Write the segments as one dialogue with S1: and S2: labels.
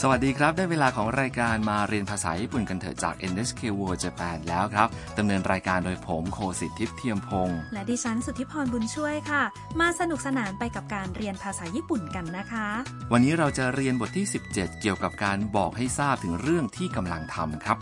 S1: สวัสดีครับ ได้เวลาของรายการมาเรียนภาษาญี่ปุ่นกันเถอะจาก NHK World Japan แล้วครับดำเนินรายการโดยผมโคสิทธิ์ทิพย์เทียมพงศ์
S2: และดิฉันสุทธิพรบุญช่วยค่ะ มาสนุกสนานไปกับการเรียนภาษาญี่ปุ่นกันนะคะ
S1: วันนี้เราจะเรียนบทที่ 17 เกี่ยวกับการบอกให้ทราบถึงเรื่องที่กำลังทำครับ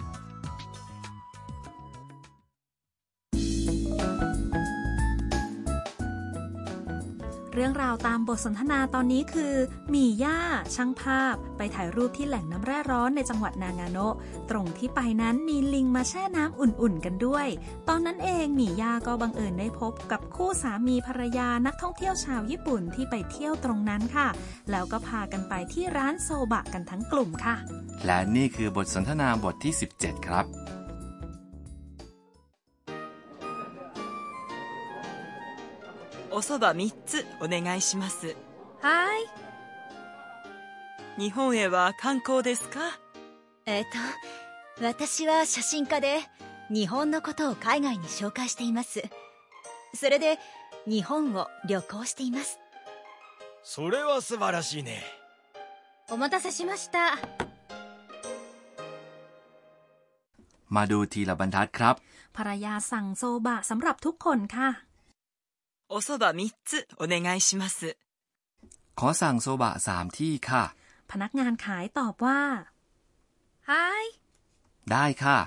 S2: เรื่องราวตามบทสนทนาตอนนี้คือ มีย่า ช่างภาพ ไปถ่ายรูปที่แหล่งน้ำแร่ร้อนในจังหวัดนางาโนะตรงที่ไปนั้นมีลิงมาแช่น้ำอุ่นๆกันด้วย ตอนนั้นเองหมีย่าก็บังเอิญได้พบกับคู่สามีภรรยานักท่องเที่ยวชาวญี่ปุ่นที่ไปเที่ยวตรงนั้นค่ะ แล้วก็พากันไปที่ร้านโซบะกันทั้งกลุ่มค่ะ
S1: และนี่คือบทสนทนาบทที่ 17 ครับ
S3: おそば3つお願いします
S4: はい。
S3: 日本へは観光ですか
S4: えっ、と、私は写真家で、日本のことを海外に紹介しています。それで、日本を旅行しています。
S5: それは素晴らしいね
S4: お待たせしました。
S1: มาดูทีละบรรทัดครับ
S2: ภรรยาสั่งโซบะสำหรับทุกคนค่ะ
S3: おそば3つお願いします
S1: ขอสั่งโซบะ 3 ที่ค่ะ
S2: พนักงานขายตอบว่า
S4: はい。
S1: ได้ค่ะ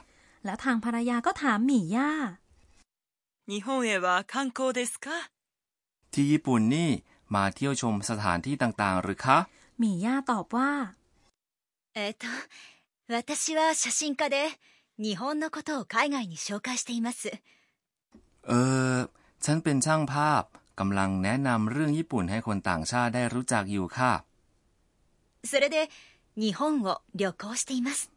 S2: แล้วทางภรรยาก็ถามหมี่ย่า
S3: 日本へは観光ですか
S1: ที่ญี่ปุ่นนี่มาเที่ยวชมสถานที่ต่างๆ หรือคะ
S2: หมี่ย่าตอบว่า
S4: えっ、と、私は写真家で、日本のことを海外に紹介しています。
S1: เออ ฉันเป็นช่างภาพกำลังแนะนำเรื่องญี่ปุ่นให้คนต่างชาติได้รู้จักอยู่ค่ะ
S4: それで、日本を旅行しています。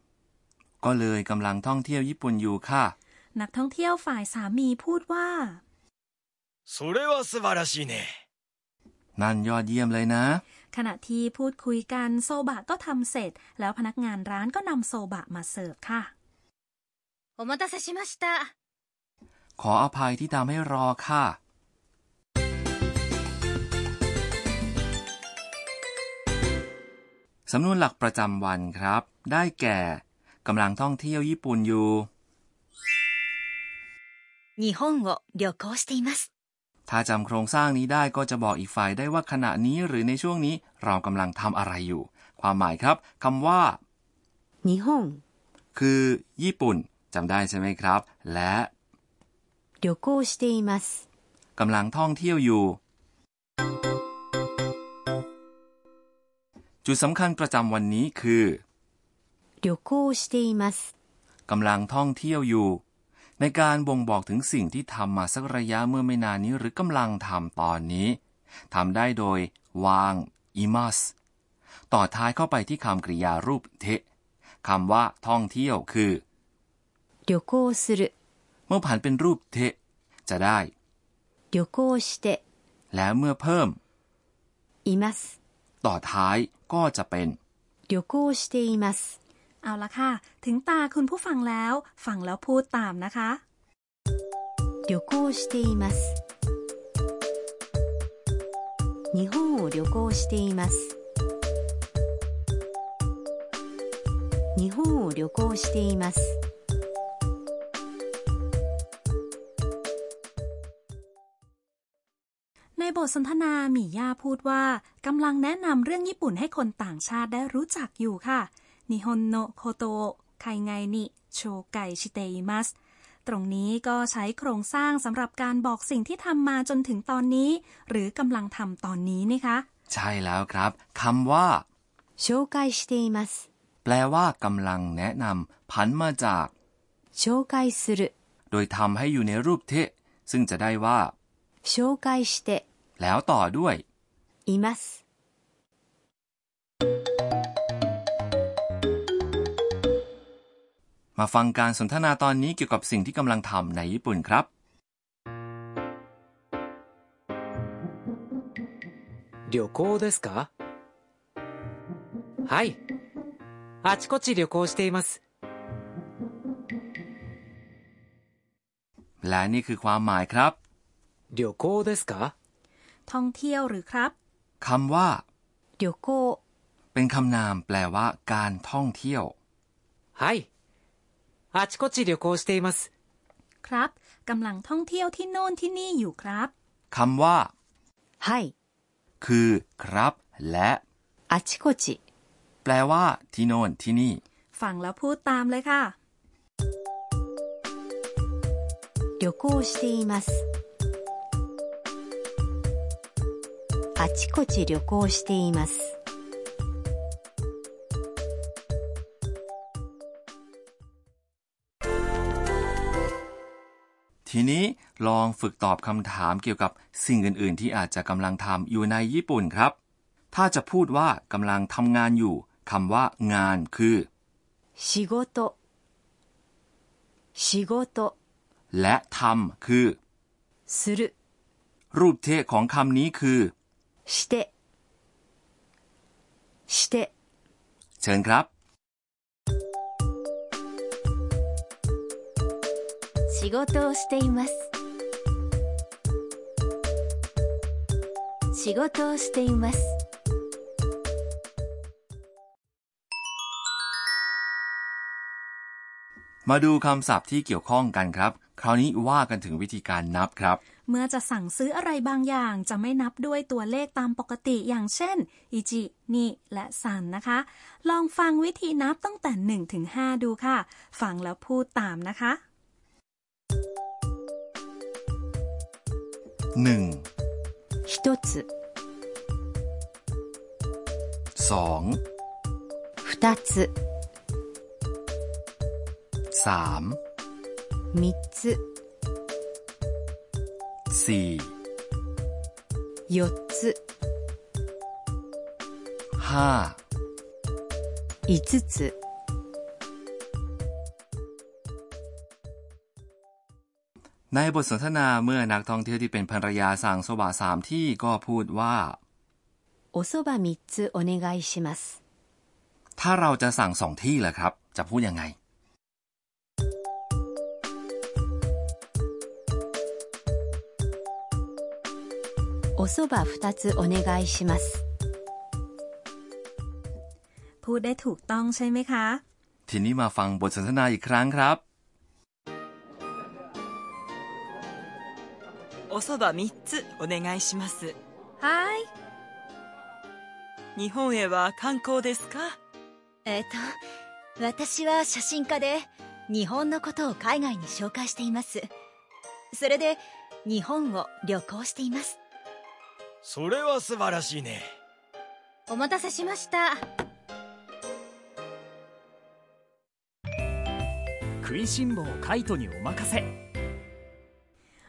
S1: ก็เลยกำลังท่องเที่ยวญี่ปุ่นอยู่ค่ะ
S2: นักท่องเที่ยวฝ่ายสามีพูดว่า
S5: それは素晴らしいね
S1: นั่นยอดเยี่ยมเลยนะ
S2: ขณะที่พูดคุยกันโซบะก็ทำเสร็จ แล้วพนักงานร้านก็นำโซบะมาเสิร์ฟค่ะ
S4: お待たせしました。
S1: ขออภัยที่ทำให้รอค่ะ สำนวนหลักประจำวันครับ ได้แก่กำลังท่องเที่ยวญี่ปุ่นอยู่
S4: 日本を旅行しています。
S1: ถ้าจำโครงสร้างนี้ได้ก็จะบอกอีกฝ่ายได้ว่าขณะนี้หรือในช่วงนี้เรากำลังทำอะไรอยู่ ความหมายครับคำว่า
S6: 日本
S1: คือญี่ปุ่นจำได้ใช่ไหมครับ และ
S6: 旅行しています
S1: กำลังท่องเที่ยวอยู่ จุดสำคัญประจำวันนี้คือ
S6: 旅行しています
S1: กำลังท่องเที่ยวอยู่ ในการบ่งบอกถึงสิ่งที่ทำมาสักระยะเมื่อไม่นานนี้หรือกำลังทำตอนนี้ทำได้โดยวางอิมัสต่อท้ายเข้าไปที่คำกริยารูปเทะคำว่าท่องเที่ยวคือ
S6: 旅行する
S1: เมื่อผันเป็นรูปเทะจะได้
S6: 旅行して
S1: และเมื่อเพิ่ม
S6: います
S1: ต่อท้ายก็จะเป็น
S6: 旅行しています
S2: เอาละค่ะ ถึงตาคุณผู้ฟังแล้ว ฟังแล้วพูดตามนะคะ
S6: 旅行しています日本を旅行しています日本を旅行しています
S2: ในบทสนทนาหมี่ย่าพูดว่ากำลังแนะนำเรื่องญี่ปุ่นให้คนต่างชาติได้รู้จักอยู่ค่ะนิฮอนโนโคโตะไคไงนิโชไกชิเตอิมัสตรงนี้ก็ใช้โครงสร้างสำหรับการบอกสิ่งที่ทำมาจนถึงตอนนี้ หรือกำลังทำตอนนี้นะคะ
S1: ใช่แล้วครับคำว่า
S6: 紹介しています
S1: แปลว่ากำลังแนะนำผันมาจาก
S6: 紹介する
S1: โดยทำให้อยู่ในรูปเทะ ซึ่งจะได้ว่า
S6: 紹介して
S1: แล้วต่อด้วย
S6: います
S1: มาฟังการสนทนาตอนนี้เกี่ยวกับสิ่งที่กำลังทำในญี่ปุ่นครับ
S7: 旅行ですかはいあちこち旅行しています
S1: และนี่คือความหมายครับ
S7: 旅行ですか
S2: ท่องเที่ยวหรือครับ
S1: คำว่า
S6: 旅行
S1: เป็น เป็นคำนามแปลว่า การท่องเที่ยว
S7: はい。あちこち旅行しています。
S2: ครับกำลังท่องเที่ยวที่โน่นที่นี่อยู่ครับ
S1: คำว่า
S6: はい。
S1: คือ ครับ และ
S6: あちこち。
S1: แปลว่า ที่โน่นที่นี่
S2: ฟังแล้วพูดตามเลยค่ะ
S6: 旅行しています。あちこち旅行しています。
S1: ทีนี้ลองฝึกตอบคำถามเกี่ยวกับสิ่งอื่น ๆ ที่อาจจะกำลังทำอยู่ในญี่ปุ่นครับ ถ้าจะพูดว่ากำลังทำงานอยู่คำว่า งานคือ
S6: 仕事。仕事。
S1: และทำคือ
S6: する。
S1: รูปเทของคำนี้คือ
S6: して。して。
S1: เชิญครับ
S4: 仕事をしています仕事をしています
S1: มาดูคำศัพท์ที่เกี่ยวข้องกันครับ คราวนี้ว่ากันถึงวิธีการนับครับ
S2: เมื่อจะสั่งซื้ออะไรบางอย่างจะไม่นับด้วยตัวเลขตามปกติอย่างเช่นอิจินิและซันนะคะ ลองฟังวิธีนับตั้งแต่1ถึง5ดูค่ะ ฟังแล้วพูดตามนะคะ
S1: หนึ่ง
S6: 一つ。
S1: สอง
S6: 二つ。
S1: สาม
S6: 三つ。
S1: สี่
S6: 四つ。
S1: ห้า
S6: 五つ。
S1: ในบทสนทนาเมื่อนักท่องเที่ยวที่เป็นภรรยาสั่งโซบะสามที่ก็พูดว่า
S6: お蕎麦三つお願いします。
S1: ถ้าเราจะสั่งสองที่ล่ะครับ จะพูดยังไง
S6: お蕎麦二つお願いします。
S2: พูดได้ถูกต้องใช่ไหมคะ
S1: ทีนี้มาฟังบทสนทนาอีกครั้งครับ
S3: おそば3つお願いします
S4: はい
S3: 日本へは観光ですか
S4: えっ、と私は写真家で日本のことを海外に紹介していますそれで日本を旅行しています
S5: それは素晴らしいね
S4: お待たせしました
S8: 食いしん坊カイトにお任せ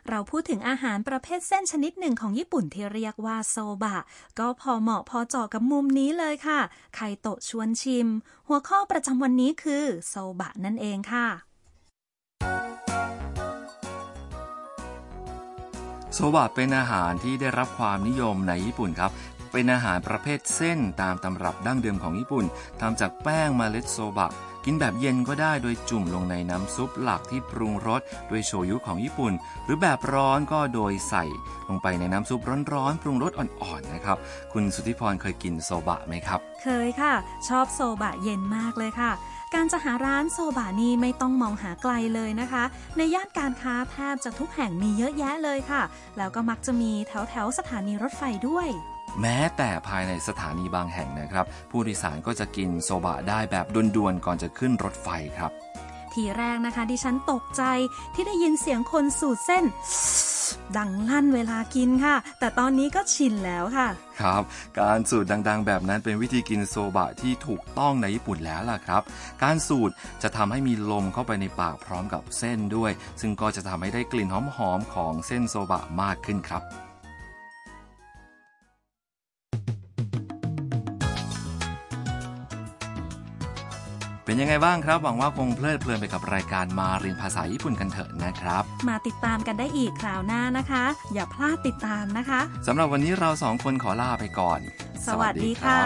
S2: เราพูดถึงอาหารประเภทเส้นชนิดหนึ่งของญี่ปุ่นที่เรียกว่าโซบะ ก็พอเหมาะพอเจาะกับมุมนี้เลยค่ะ ไคโตะชวนชิม หัวข้อประจำวันนี้คือโซบะนั่นเองค่ะ
S1: โซบะเป็นอาหารที่ได้รับความนิยมในญี่ปุ่นครับ เป็นอาหารประเภทเส้นตามตำรับดั้งเดิมของญี่ปุ่นทำจากแป้งมเมล็ดโซบะ กินแบบเย็นก็ได้โดยจุ่มลงในน้ำซุปหลักที่ปรุงรสด้วยโชยุของญี่ปุ่น หรือแบบร้อนก็โดยใส่ ลงไปในน้ำซุปร้อนๆปรุงรสอ่อนๆนะครับ คุณสุทธิพรเคยกินโซบะไหมครับ
S2: เคยค่ะ ชอบโซบะเย็นมากเลยค่ะ การจะหาร้านโซบะนี่ไม่ต้องมองหาไกลเลยนะคะ ในย่านการค้าแทบจะทุกแห่งมีเยอะแยะเลยค่ะ แล้วก็มักจะมีแถวแถวๆสถานีรถไฟด้วย
S1: แม้แต่ภายในสถานีบางแห่งนะครับ ผู้โดยสารก็จะกินโซบะได้แบบด่วนๆก่อนจะขึ้นรถไฟครับ
S2: ทีแรกนะคะ ดิฉันตกใจที่ได้ยินเสียงคนสูดเส้น ดังลั่นเวลากินค่ะ แต่ตอนนี้ก็ชินแล้วค่ะ
S1: ครับ การสูตรดังๆ แบบนั้นเป็นวิธีกินโซบะที่ถูกต้องในญี่ปุ่นแล้วล่ะครับ การสูตรจะทำให้มีลมเข้าไปในปากพร้อมกับเส้นด้วย ซึ่งก็จะทำให้ได้กลิ่นหอมๆ ของเส้นโซบะมากขึ้นครับ เป็นยังไงบ้างครับ หวังว่าคงเพลิดเพลินไปกับรายการมาเรียนภาษาญี่ปุ่นกันเถอะนะครับ
S2: มาติดตามกันได้อีกคราวหน้านะคะ อย่าพลาดติดตามนะคะ
S1: สำหรับวันนี้เราสองคนขอลาไปก่อน
S2: สวัสดีค่ะ